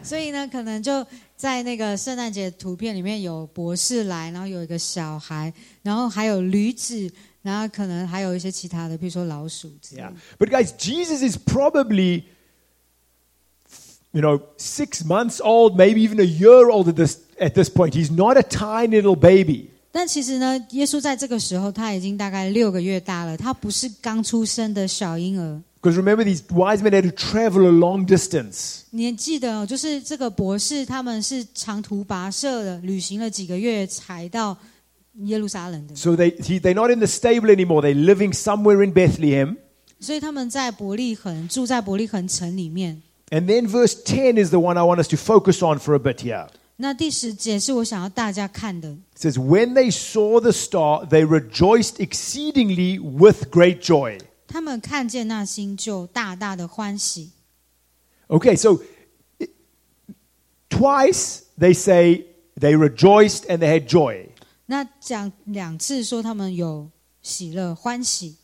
C: 所以呢，可能就在那个圣诞节图片里面有博士来，然后有一个小孩，然后还有驴子，然后可能还有一些其他的，比如说老鼠之类的
D: Yeah. Mm. But guys, Jesus is probably you know six months old, maybe even a year old at this at this point. He's not a tiny little baby.
C: 但其实呢，耶稣在这个时候他已经大概六个月大了，他不是刚出生的小婴儿。
D: Because remember, these wise men had to travel a long distance.
C: 你记得哦，就是这个博士他们是长途跋涉的，旅行了几个月才到耶路撒冷的，
D: So they, he, they're not in the stable anymore. They're living somewhere in Bethlehem.
C: 所以他们在伯利恒住在伯利恒城里面。
D: And then verse 10 is the one I want us to focus on for a bit here.
C: 那第十节是我想要大家看的，
D: It says, When they saw the star, they rejoiced exceedingly with great joy.
C: 他们看见那星就大大的欢喜。
D: Okay, so it- twice they say they rejoiced and they had joy.
C: 那讲两次说他们有喜乐欢喜，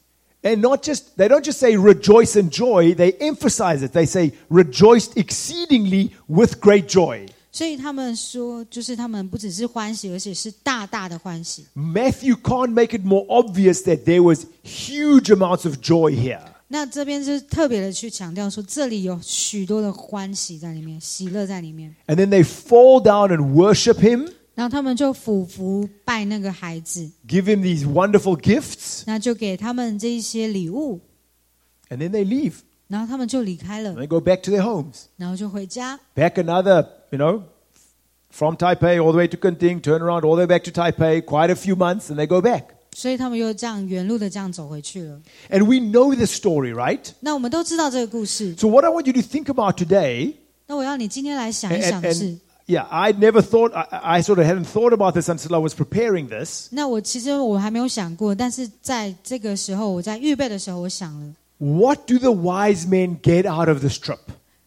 D: And not just, they don't just say rejoice and joy, they emphasize it. They say rejoiced exceedingly with great joy.
C: 所以他们说就是他们不只是欢喜，而且是大大的欢喜。
D: Matthew can't make it more obvious that there was huge amounts of joy here.
C: 那这边就是特别的去强调说，这里有许多的欢喜在里面，喜乐在里面。
D: And then they fall down and worship him,
C: 然后他们就俯伏拜那个孩子，
D: give him these wonderful gifts,
C: 那就给他们这一些礼物，
D: and then they leave.
C: 然后他们就离开了
D: And，they go back to their homes.
C: 然后就回家，
D: Back another, you know, from Taipei all the way to Kunting, turn around all the way back to Taipei, quite a few months, and they go back.
C: 所以他们又这样原路的这样走回去了。
D: And we know this story, right?
C: 那我们都知道这个故事，
D: So what I want you to think about today,
C: 那我要你今天来想一
D: and,
C: 想
D: and-
C: 的是
D: and-，yeah, I never thought, I, I I sort of hadn't thought about this until I was preparing this.
C: 那我其实我还没有想过，但是在这个时候，我在预备的时候，我想了，
D: What do the wise men get out of this trip?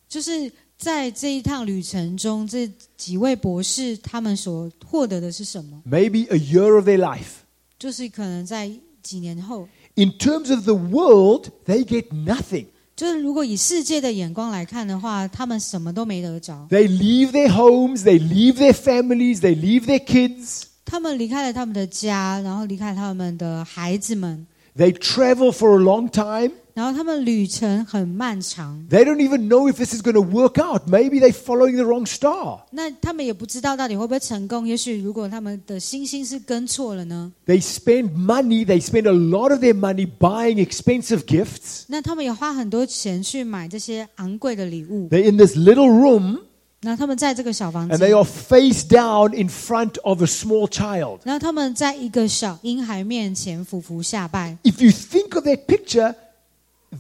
C: 就是在这一趟旅程中，这几位博士他们所获得的是什么？
D: Maybe a year of their life.
C: 就是可能在几年后，
D: In terms of the world, they get nothing.
C: 就是如果以世界的眼光来看的话，他们什么都没得着。
D: They leave their homes, they leave their families, they leave their kids.
C: 他们离开了他们的家，然后离开他们的孩子们，
D: They travel for a long time.
C: 然后他们旅程很漫长。
D: They don't even know if this is going to work out. Maybe they're following the wrong star.
C: 那他们也不知道到底会不会成功。也许如果他们的星星是跟错了呢？
D: They spend money, they spend a lot of their money buying expensive gifts.
C: 那他们也花很多钱去买这些昂贵的礼物。
D: They're in this little room
C: 那他们在这个小房
D: and
C: 间
D: they，are face down in front of a small child.
C: 然后他们在一个小婴孩面前匍匐下拜。
D: If you think of that picture,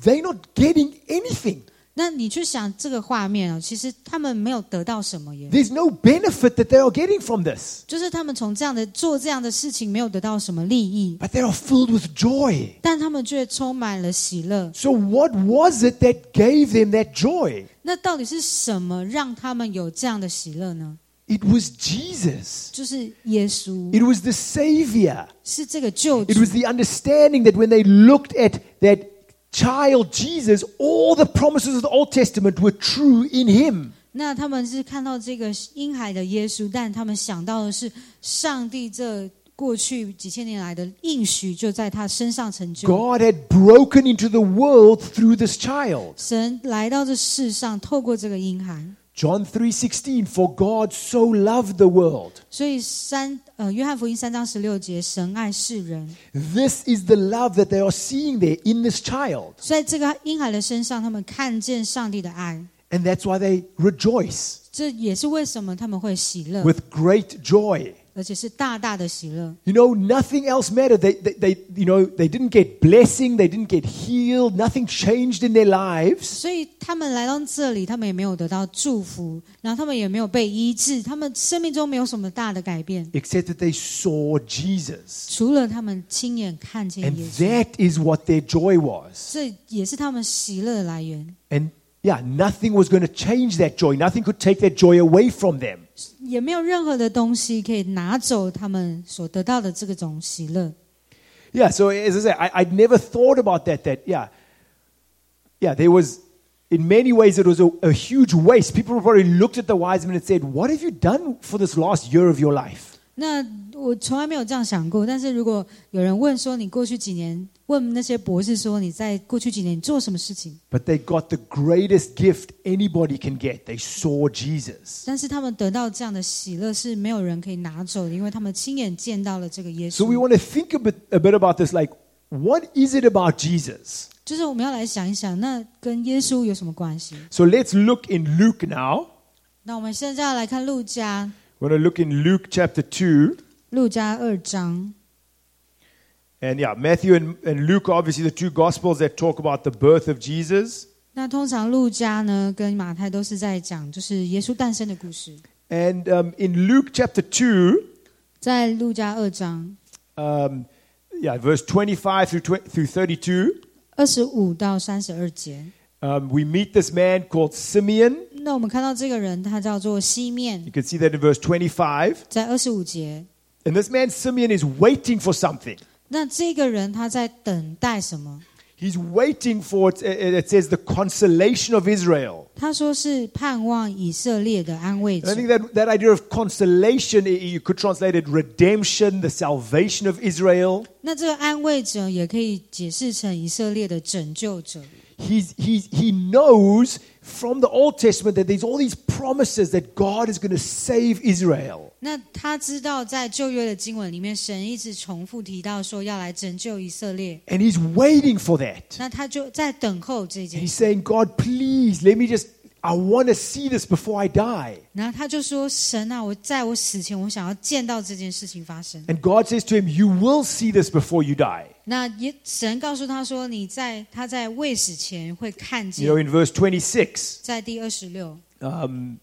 D: they're not getting anything.
C: 那你去想这个画面哦，其实他们没有得到什么耶，
D: There's no benefit that they are getting from this,
C: 就是他们从这样的做这样的事情没有得到什么利益，
D: but they are filled with joy.
C: 但他们却充满了喜乐。
D: So, what was it that gave them that joy?
C: 那到底是什么让他们有这样的喜乐呢？
D: It was Jesus.
C: 就是耶稣
D: It was the Savior.
C: 是这个救
D: It
C: 主
D: was，the understanding that when they looked at that child Jesus, all the promises of the Old Testament were true in him.
C: 那他们是看到这个婴孩的耶稣，但他们想到的是上帝这过去几千年来的应许就在他身上成就。
D: God had broken into the world through this child.
C: 神来到这世上，透过这个婴孩，
D: John 3:16 for God so loved the world.
C: 所以三呃，约翰福音三章十六节，神爱世人，
D: This is the love that they are seeing there in this child.
C: 所以这个婴孩的身上，他们看见上帝的爱，
D: And that's why they rejoice
C: 这也是为什么他们会喜乐，
D: with great joy.
C: 而且是大大的喜乐。
D: You know, nothing else mattered. They, they, they, you know, they didn't get blessing. They didn't get healed. Nothing changed in their lives.
C: 所以他们来到这里，他们也没有得到祝福，然后他们也没有被医治，他们生命中没有什么大的改变，
D: except that they saw Jesus.
C: 除了他们亲眼看见
D: And
C: 耶稣，
D: that is what their joy was.
C: 这也是他们喜乐的来源。
D: And yeah, nothing was going to change that joy. Nothing could take that joy away from them.
C: 也没有任何的东西可以拿走他们所得到的这个种喜乐。
D: Yeah, so as I say, I, I'd never thought about that. That, yeah, yeah, there was, in many ways, it was a, a huge waste. People probably looked at the wise men and said, What have you done for this last year of your life?
C: 那我从来没有这样想过，但是如果有人问说你过去几年，问那些博士说你在过去几年你做什么事情，
D: But they got the greatest gift anybody can get. They saw Jesus.
C: 但是他们得到这样的喜乐是没有人可以拿走的，因为他们亲眼见到了这个耶
D: So
C: 稣
D: we。want to think a bit, a bit about this like, what is it about Jesus?
C: 就是我们要来想一想，那跟耶稣有什么关系？
D: So let's look in Luke now.
C: 那我们现在要来看路加，
D: We're going to look in Luke chapter 2.
C: 路加二章。
D: And yeah, Matthew and, and Luke are obviously the two gospels that talk about the birth of Jesus.
C: 那通常路加呢跟马太都是在讲就是耶稣诞生的故事，
D: And um, in Luke chapter 2,
C: 在路加二章
D: um, yeah, verse 25 through, 20, through 32,
C: 二十五到三十二节。
D: um, we meet this man called Simeon.
C: 那我们看到这个人，他叫做西
D: You
C: 面，
D: can see that in verse 25.
C: 在二十五节。
D: And this man, Simeon, is waiting for something.
C: 那这个人他在等待什么？
D: He's waiting for, it, it it says, the consolation of Israel.
C: 他说是盼望以色列的安慰
D: And I
C: 者
D: think。that, that idea of consolation, i- you could translate it redemption, the salvation of Israel.
C: 那这个安慰者也可以解释成以色列的拯救者。
D: he's, he's, he knows from the Old Testament that there's all these promises that God is going to save Israel.
C: 那他知道在旧约的经文里面，神一直重复提到说要来拯救以色列，
D: And he's waiting for that.
C: 那他就在等候这件
D: He's
C: 事。
D: saying, God, please, let me just, I want to see this before I die.
C: 然后他就说：“神啊，我在我死前，我想要见到这件事情发生。
D: And God says to him, You will see this before you die. ”
C: 那也神告诉他说：“你在他在未死前会看
D: You
C: 见
D: know,。in verse 26, ”
C: 在第二十六，
D: Um,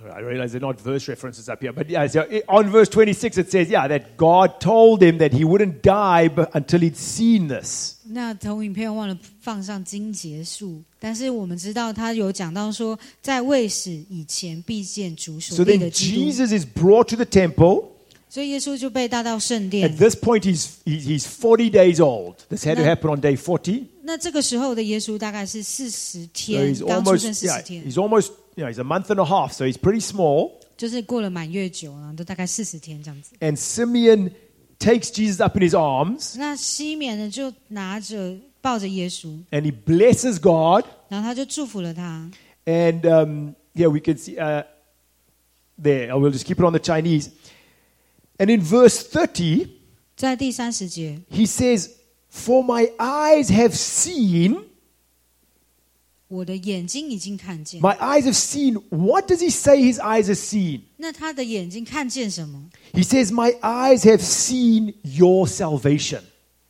D: all right, I realize they're not verse references up here, but yeah, so i- on verse 26 it says, yeah, that God told him that he wouldn't die bu- until he'd seen this.
C: 那投影片忘了放上金结束，但是我们知道他有讲到说，在未死以前必见主
D: So
C: 所立
D: then
C: 的基督，
D: Jesus is brought to the temple.
C: 所以耶稣就被带到圣
D: At
C: 殿。
D: this point, he's, he- he's 40 days old. This had to
C: No.
D: happen on day 40.
C: 那这个时候的耶稣大概是四十
D: So
C: 天
D: he's，
C: 刚出生
D: almost,
C: 四
D: yeah,
C: 十天，
D: he's almost, you know, he's a month and a half, so he's pretty small.
C: 就是过了满月酒，然后都大概四十天这样子。
D: And Simeon takes Jesus up in his arms
C: 那西缅呢就拿着抱着耶稣，
D: and he blesses God.
C: 然后他就祝福了他。
D: And um, yeah, we can see uh, there. I will just keep it on the Chinese. And in verse 30,
C: 在第三十节，
D: he says, For my eyes have seen,
C: 我的眼睛已经看见。
D: my eyes have seen. What does he say his eyes have seen?
C: 那他的眼睛看见什么？
D: He says, My eyes have seen your salvation.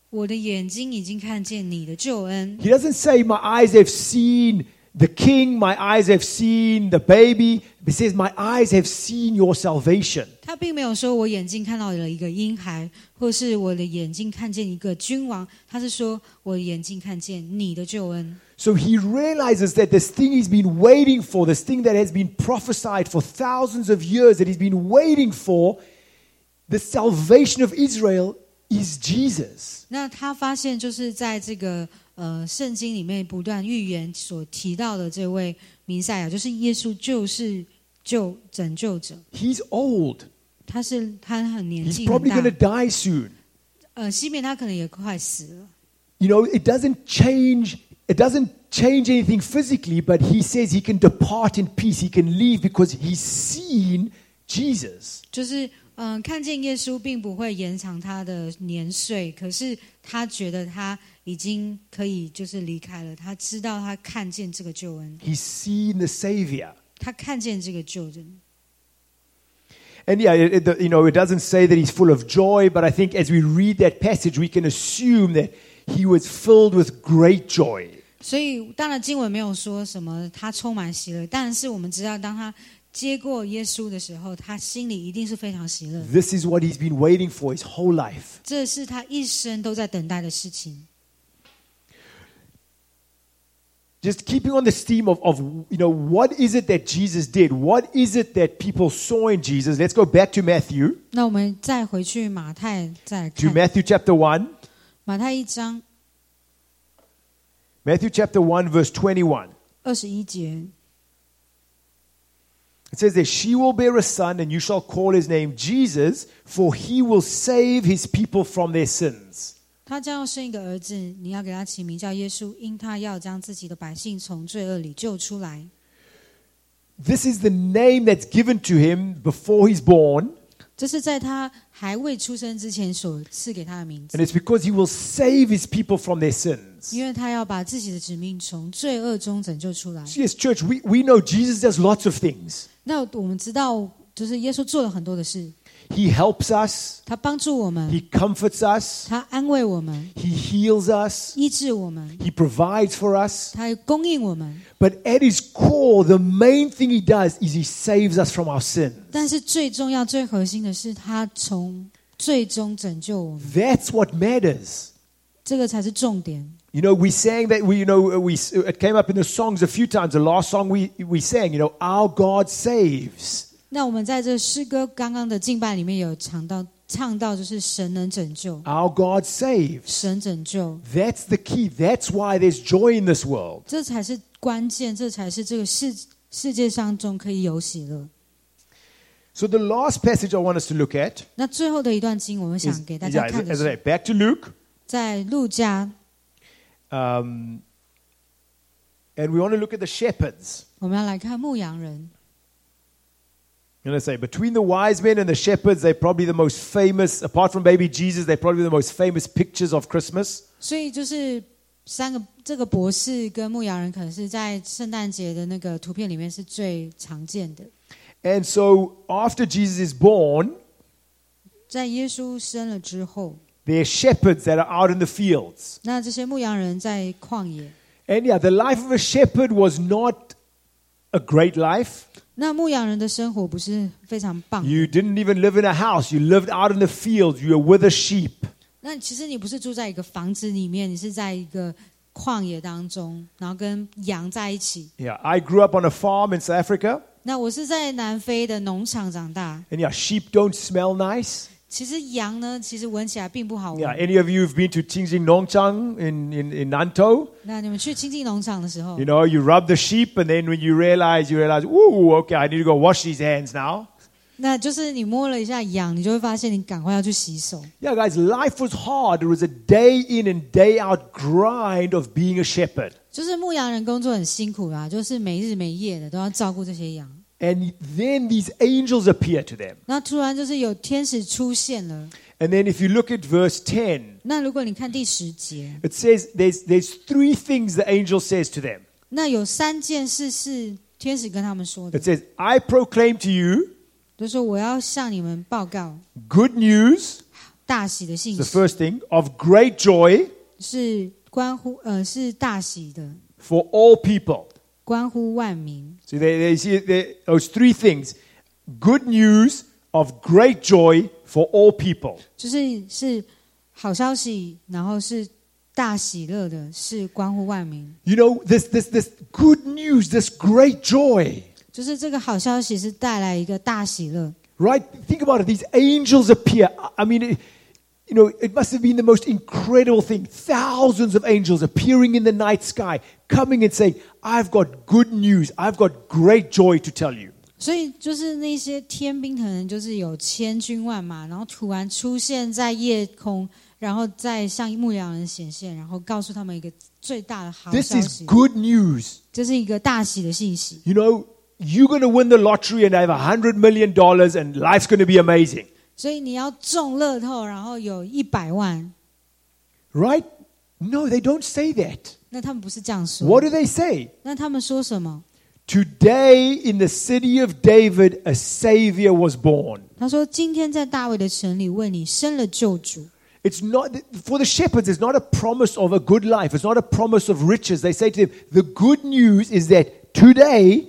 C: 我的眼睛已经看见你的救恩。
D: He doesn't say, My eyes have seen the king, my eyes have seen the baby. He says, My eyes have seen your salvation.
C: 他并没有说我眼睛看到了一个婴孩，或是我的眼睛看见一个君王，他是说我的眼睛看见你的救恩。
D: So he realizes that this thing he's been waiting for, this thing that has been prophesied for thousands of years, that he's been waiting for, the salvation of Israel is Jesus.
C: 那他发现就是在这个呃圣经里面不断预言所提到的这位弥赛亚，就是耶稣，就是救拯救者。
D: He's old.
C: 他是他很年
D: He's
C: 纪
D: probably
C: 很
D: going to
C: 大，
D: die soon.
C: 呃，西面他可能也快死了。
D: You know, it doesn't change. It doesn't change anything physically, but he says he can depart in peace. He can leave because he's seen Jesus.
C: 就是嗯、呃看见耶稣并不会延长他的年岁，可是他觉得他已经可以就是离开了。他知道他看见这个救恩，
D: He's seen the Savior.
C: 他看见这个救恩。
D: And yeah, it, it, you know, it doesn't say that he's full of joy, but I think as we read that passage, we can assume that he was filled with great joy.
C: 所以当然经文没有说什么他充满喜乐，但是我们知道，当他接过耶稣的时候，他心里一定是非常喜乐。
D: This is what he's been waiting for his whole life.
C: 这是他一生都在等待的事情。
D: Just keeping on this theme of, of you know, what is it that Jesus did? What is it that people saw in Jesus? Let's go back to Matthew,
C: 那我们再回去马太再来
D: to
C: 看
D: Matthew chapter 1.
C: 马太一章
D: Matthew chapter 1, verse 21.
C: 二十一节。
D: It says that she will bear a son, and you shall call his name Jesus, for he will save his people from their sins.
C: 他将要生一个儿子，你要给他起名叫耶稣，因他要将自己的百姓从罪恶里救出来。
D: This is the name that's given to him before he's born,
C: 这是在他还未出生之前所赐给他的名字
D: and，it's because he will save his people from their sins.
C: 因为他要把自己的子民从罪恶中拯救出来。
D: So yes, church, we, we know Jesus does lots of things.
C: 那我们知道，就是耶稣做了很多的事，
D: He helps us,
C: 他帮助我们，
D: he comforts us,
C: 他安慰我们，
D: he heals us,
C: 医治我们，
D: he provides for us.
C: 他供应我们。
D: But at his core, the main thing he does is he saves us from our sin.
C: 但是最重要、最核心的是，他从最终拯救我们，
D: That's what matters.
C: 这个才是重点。
D: You know, we sang that we, you know, we it came up in the songs a few times. The last song we we sang, you know, our God saves.
C: 那我们在这诗歌刚刚的敬拜里面有唱到，唱到就是神能拯救，
D: Our God saves.
C: 神拯救，
D: That's the key. That's why there's joy in this world.
C: 这才是关键，这才是这个世世界上中可以有喜乐。
D: So the last passage I want us to look at
C: 那最后的一段经，我们
D: is,
C: 想给大
D: yeah,
C: 家看
D: as
C: 的
D: as I say,
C: 是
D: back to Luke
C: 在路加
D: Um, and we want to look at the shepherds.
C: 我们要来看牧羊人。
D: And I say, between the wise men and the shepherds, they're probably the most famous, apart from baby Jesus, they're probably the most famous pictures of Christmas.
C: 所以就是三个这个博士跟牧羊人，可能是在圣诞节的那个图片里面是最常见的。
D: And so after Jesus is born,
C: 在耶稣生了之后，
D: there are shepherds that are out in the fields.
C: 那这些牧羊人在旷野。
D: And yeah, the life of a shepherd was not a great life.
C: 那牧羊人的生活不是非常棒。
D: You didn't even live in a house, you lived out in the fields, you were with the sheep.
C: 那其实你不是住在一个房子里面，你是在一个旷野当中，然后跟羊在一起。
D: Yeah, I grew up on a farm in South Africa.
C: 那我是在南非的农场长大。
D: And yeah, sheep don't smell nice.
C: 其实羊呢，其实闻起来并不好
D: Yeah,
C: 闻。
D: any of you who've been to Tingxing Nongchang in, in, in Nantou,
C: 那你们去亲近农场的时候
D: You，know, you rub the sheep, and then when you realize, you realize, ooh, okay, I need to go wash these hands now.
C: 那就是你摸了一下羊，你就会发现你赶快要去洗手。
D: Yeah, guys, life was hard. It was a day in and day out grind of being a shepherd.
C: 就是牧羊人工作很辛苦啊，就是没日没夜的都要照顾这些羊。
D: And then these angels appear to them.
C: 那突然就是有天使出现了。
D: And then if you look at verse 10,
C: 那如果你看第十节，
D: it says there's, there's three things the angel says to them.
C: 那有三件事是天使跟他们说的
D: It，says, I proclaim to you
C: 就说我要向你们报告
D: good news,
C: 大喜的信
D: the
C: 息，
D: first thing, of great joy
C: 是关乎呃是大喜的，
D: for all people.
C: 关乎万民。
D: So they, they see they, those three things good news of great joy for all people.
C: 就是是好消息，然后是大喜乐的，是关乎万民。
D: You know, this, this, this good news, this great joy,
C: 就是这个好消息是带来一个大喜乐。
D: right? Think about it. These angels appear. I- I mean, it, you know, it must have been the most incredible thing. Thousands of angels appearing in the night sky, coming and saying, I've got good news. I've got great joy to tell you.
C: 所以就是那些天兵可能就是有千军万马，然后突然出现在夜空，然后再向牧羊人显现，然后告诉他们一个最大的好
D: This
C: 消
D: is
C: 息，
D: good news.
C: 这是一个大喜的信息。
D: You know, you're going to win the lottery and have $100 million and life's going to be amazing.
C: 所以你要中乐透，然后有一百万，
D: Right? No, they don't say that.
C: 那他们不是这样说
D: What，do they say?
C: 那他们说什么？
D: Today in the city of David, a savior was born.
C: 他说：“今天在大卫的城里为你生了救主。
D: It's not for the shepherds, it's not a promise of a good life, it's not a promise of riches. They say to them, The good news is that today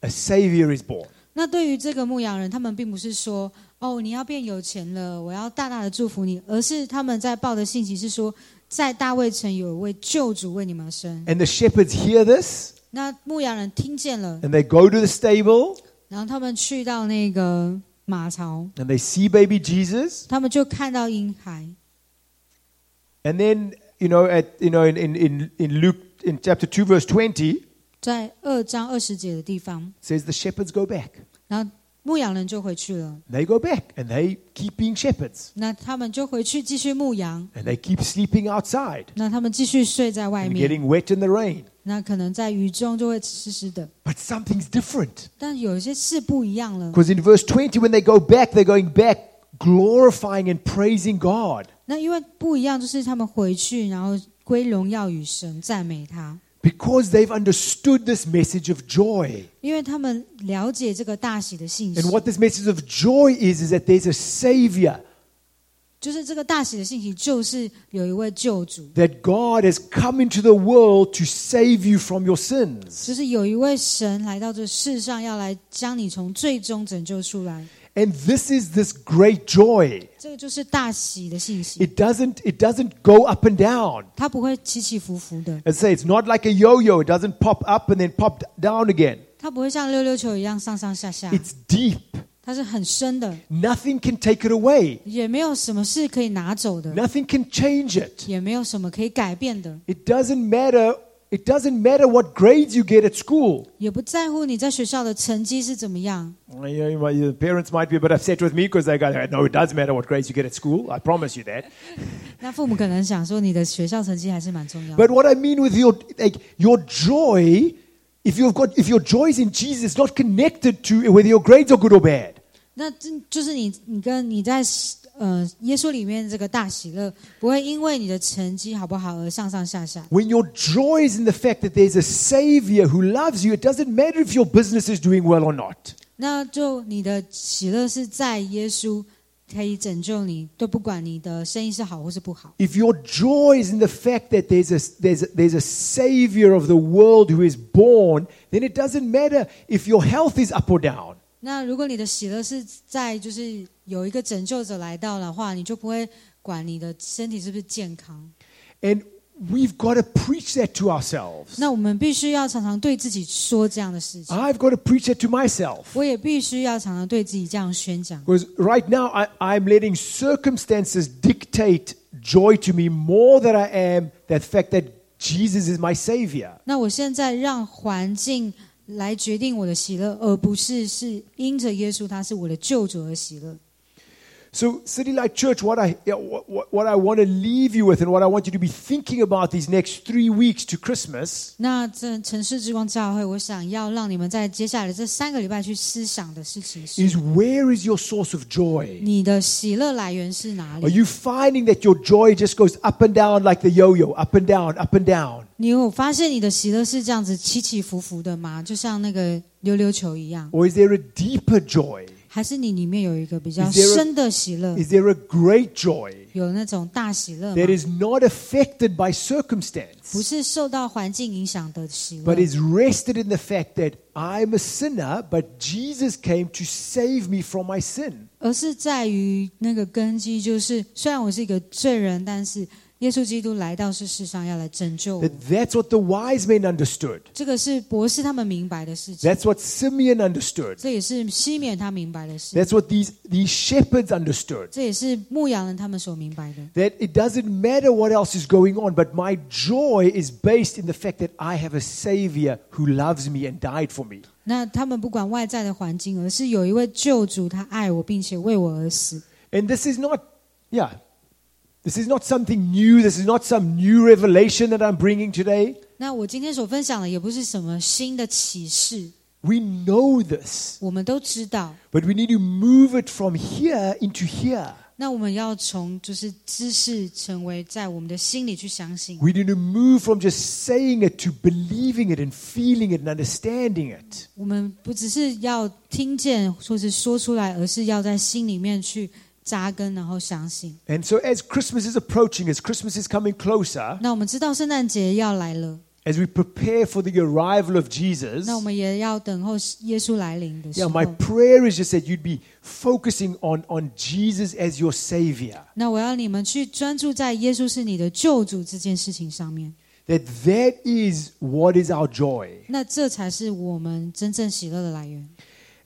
D: a savior is born. ”
C: 那对于这个牧羊人，他们并不是说：“哦，你要变有钱了，我要大大的祝福你。”而是他们在报的信息是说，在大卫城有一位救主为你们而生。
D: And the shepherds hear this
C: 那牧羊人听见了，
D: and they go to the stable
C: 然后他们去到那个马槽，
D: and they see baby Jesus.
C: 他们就看到婴孩。
D: And then, you know, at you know, in, in, in, in Luke in chapter two, verse twenty, it
C: 在二章二十节的地方，
D: says the shepherds go back.
C: 然后牧羊人就回去了。
D: They go back and they keep being shepherds
C: 那他们就回去继续牧羊，
D: and they keep sleeping outside
C: 那他们继续睡在外
D: and
C: 面。
D: getting wet in the rain.
C: 那可能在雨中就会湿湿的，
D: But something's different
C: 但有一些事不一样了。
D: because in verse 20, when they go back, they're going back glorifying and praising God
C: 那因为不一样，就是他们回去，然后归荣耀与神，赞美他，
D: because they've understood this message of joy.
C: 因为他们了解这个大喜的信息。
D: And what this message of joy is, is that there's a Savior,
C: 就是这个大喜的信息，就是有一位救主，
D: that God has come into the world to save you from your sins.
C: 就是有一位神来到这世上，要来将你从最终拯救出来。
D: And this is this great joy.
C: 这个就是大喜的信息，
D: It doesn't, it doesn't go up and down.
C: 它不会起起伏伏的，
D: And say it's not like a yo-yo. It doesn't pop up and then pop d- down again.
C: 它不会像溜溜球一样上上下下，
D: It's deep.
C: 它是很深的，
D: Nothing can take it away.
C: 也没有什么事可以拿走的。
D: Nothing can change it.
C: 也没有什么可以改变的。
D: It doesn't matter It doesn't matter what grades you get at school.
C: 也不在乎你在学校的成绩是怎么样。
D: Well, You know, you might- the parents might be a bit upset with me because they go, no, it does matter what grades you get at school. I promise you that.
C: 那父母可能想说，你的学校成绩还是蛮重要的
D: But what I mean with your, like, your joy, if, you've got, if your joy is in Jesus, it's not connected to whether your grades are good or bad.
C: 那这就是你，你跟你在呃耶稣里面这个大喜乐，不会因为你的成绩好不好而上上下下。
D: When your joy is in the fact that there's a Savior who loves you, it doesn't matter if your business is doing well or not.
C: 那就你的喜乐是在耶稣可以拯救你，都不管你的生意是好或是不好。
D: If your joy is in the fact that there's a, there's, a, there's a Savior of the world who is born, then it doesn't matter if your health is up or down.
C: 那如果你的喜乐是在就是有一个拯救者来到的话，你就不会管你的身体是不是健康。
D: And we've got to preach that to ourselves.
C: 那我们必须要常常对自己说这样的事情，
D: I've got to preach that to myself.
C: 我也必须要常常对自己这样宣讲。
D: Because right now, I, I'm letting circumstances dictate joy to me more than I am the fact that Jesus is my Savior.
C: 那我现在让环境来决定我的喜乐，而不是是因着耶稣他是我的救主而喜乐。
D: So, City Light Church, what I, yeah, what, what- what I want to leave you with and what I want you to be thinking about these next three weeks to Christmas
C: 那这城市之光教会，我想要让你们在接下来这三个礼拜去思想的事情是：
D: is where is your source of joy?
C: 你的喜乐来源是哪
D: Are
C: 里？
D: you finding that your joy just goes up and down like the yo yo, up and down, up and down?
C: 你有发现你的喜乐是这样子起起伏伏的吗？就像那个溜溜球一样，
D: Or is there a deeper joy?
C: 还是你里面有一个比较
D: Is there a-
C: 深的喜乐，
D: Is there a great joy
C: 有那种大喜乐吗
D: that is not affected
C: 不
D: by circumstance,
C: 是受到环境影响的喜乐
D: but，is rested in the fact that I'm a sinner, but Jesus came to save me from my sin?
C: 而是在于那个根基，就是虽然我是一个罪人，但是耶稣基督来到这世上要来拯救我
D: That。that's what the wise men understood.
C: 这个是博士他们明白的事情，
D: That's what Simeon understood.
C: 这也是西缅他明白的事，
D: That's what these, these shepherds understood.
C: 这也是牧羊人他们所明白的。
D: That it doesn't matter what else is going on, but my joy is based in the fact that I have a Savior who loves me and died for me.
C: 那他们不管外在的环境，而是有一位救主，他爱我，并且为我而死。
D: And this is not, yeah, this is not something new. This is not some new revelation that I'm bringing today.
C: 那我今天所分享的也不是什么新的启示，
D: We know this,
C: 我们都知道。
D: but we need to move it from here into here.
C: 那我们要从就是知识成为在我们的心里去相信。
D: We need to move from just saying it to believing it and feeling it and understanding it.
C: 我们不只是要听见或是说出来，而是要在心里面去扎根，然后相信。
D: And so, as Christmas is approaching, as Christmas is coming closer,
C: 那我们知道圣诞节要来了，
D: as we prepare for the arrival of Jesus,
C: 那我们也要等候耶稣来临的时
D: yeah,
C: 候。
D: my prayer is just that you'd be focusing on, on Jesus as your Savior.
C: 那我要你们去专注在耶稣是你的救主这件事情上面，
D: That that is what is our joy.
C: 那这才是我们真正喜乐的来源。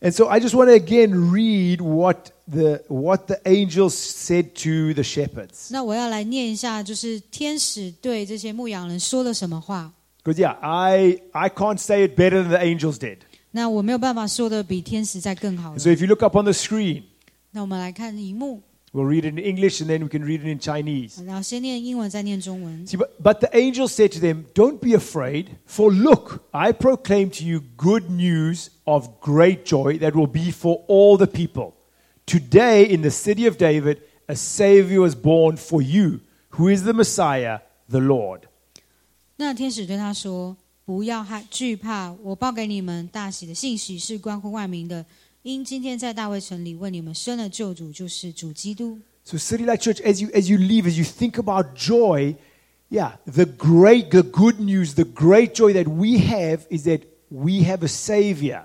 D: And so, I just want to again read what the what the angels said to the shepherds.
C: 那我要来念一下，就是天使对这些牧羊人说了什么话。
D: Because yeah, I I can't say it better than the angels did.
C: 那我没有办法说的比天使再更好
D: And so,
C: 了。
D: if you look up on the screen,
C: 那我们来看荧幕，
D: we'll read it in English and then we can read it in Chinese.
C: 然后先念英文，再念中文。
D: See, but, but the angel said to them, Don't be afraid, for look, I proclaim to you good news of great joy that will be for all the people. Today, in the city of David, a Savior was born for you, who is the Messiah, the Lord.
C: 那天使对他说：“不要害惧怕，我报给你们大喜的信息是关乎万民的，因今天在大卫城里为你们生了救主，就是主基督。
D: So, City Light Church, as you, as you leave, as you think about joy, yeah, the great, the good news, the great joy that we have is that we have a Savior. ”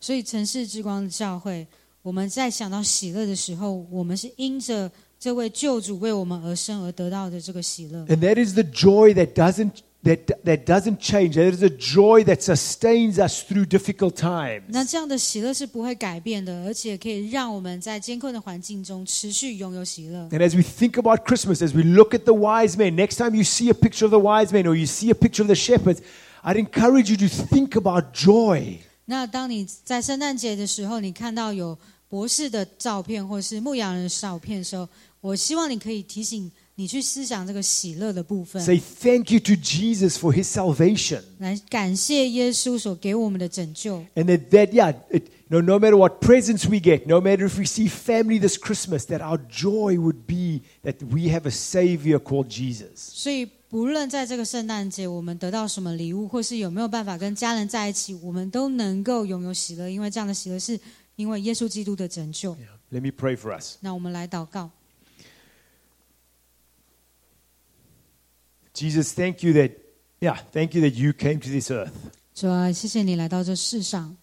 C: 所以城市之光的教会，我们在想到喜乐的时候，我们是因着这位救主为我们而生而得到的这个喜乐。
D: And that is the joy that doesn't that, that doesn't change. There is a joy that sustains us through difficult
C: 那
D: times.
C: 这样的喜乐是不会改变的，而且可以让我们在艰困的环境中持续拥有喜乐。
D: And as we think about Christmas, as we look at the wise men, next time you see a picture of the wise men or you see a picture of the shepherds, I'd encourage you to think about joy.
C: 那当你在圣诞节的时候，你看到有博士的照片或是牧羊人的照片的时候，我希望你可以提醒你去思想这个喜乐的部分，
D: Say thank you to Jesus for his salvation.
C: 来感谢耶稣所给我们的拯救。
D: And that, that yeah, it, you know, no matter what presents we get, no matter if we see family this Christmas, that our joy would be that we have a Savior called Jesus.
C: 所以，不论在这个圣诞节我们得到什么礼物，或是有没有办法跟家人在一起，我们都能够拥有喜乐，因为这样的喜乐是因为耶稣基督的拯救。
D: Let me pray for us.
C: 那我们来祷告，
D: Jesus, thank you that, yeah, thank you that you came to this earth.
C: 主啊，谢谢你来到这世上。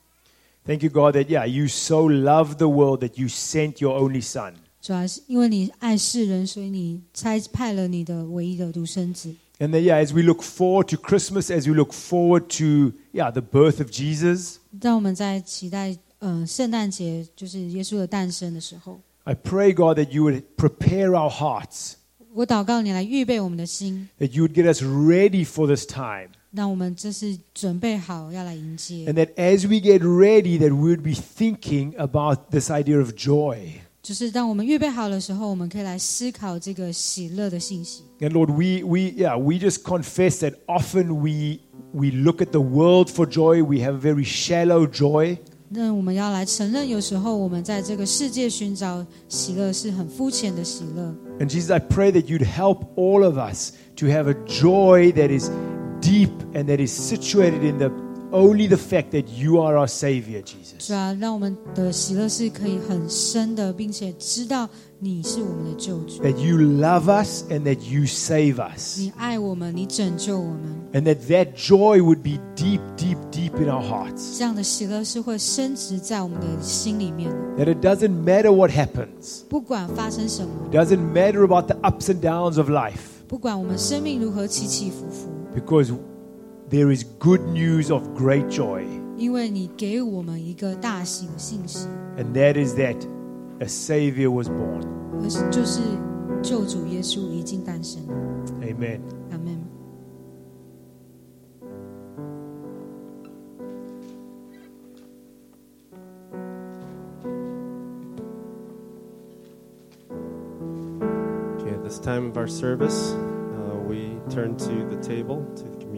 D: Thank you, God, that, yeah, you so loved the world that you sent your only Son.
C: 主要是因为你爱世人，所以你差派了你的唯一的独生子。
D: And that, yeah, as we look forward to Christmas, as we look forward to, yeah, the birth of Jesus,
C: 当我们在期待呃圣诞节，就是耶稣的诞生的时候，
D: I pray, God, that you would prepare our hearts,
C: 我祷告你来预备我们的心，
D: that you would get us ready for this time.
C: 让我们这是准备好要来迎
D: And
C: 接。
D: that as we get ready, that we would be thinking about this idea of joy.
C: 就是当我们预备好的时候，我们可以来思考这个喜乐的信息。
D: And Lord, we, we yeah, we just confess that often we we look at the world for joy, we have a very shallow joy.
C: 那我们要来承认，有时候我们在这个世界寻找喜乐是很肤浅的喜乐。
D: And Jesus, I pray that you'd help all of us to have a joy that is deep and that is situated in the only the fact that you are our Savior, Jesus.
C: 是啊，让我们的喜乐是可以很深的，并且知道你是我们的救主。
D: That you love us and that you save us.
C: 你爱我们，你拯救我们，
D: And that that joy would be deep, deep, deep in our hearts.
C: 这样的喜乐是会升值在我们的心里面的。
D: That it doesn't matter what happens.
C: 不管发生什么，
D: It doesn't matter about the ups and downs of life
C: 不管我们生命如何起起伏伏，
D: because there is good news of great joy.
C: 因为你给我们一个大喜的信息，
D: And that is that a Savior was born.
C: 而是就是救主耶稣已经诞生了。
D: Amen.
C: 阿门。
E: Okay, at this time of our service, uh, we turn to the table, to the community.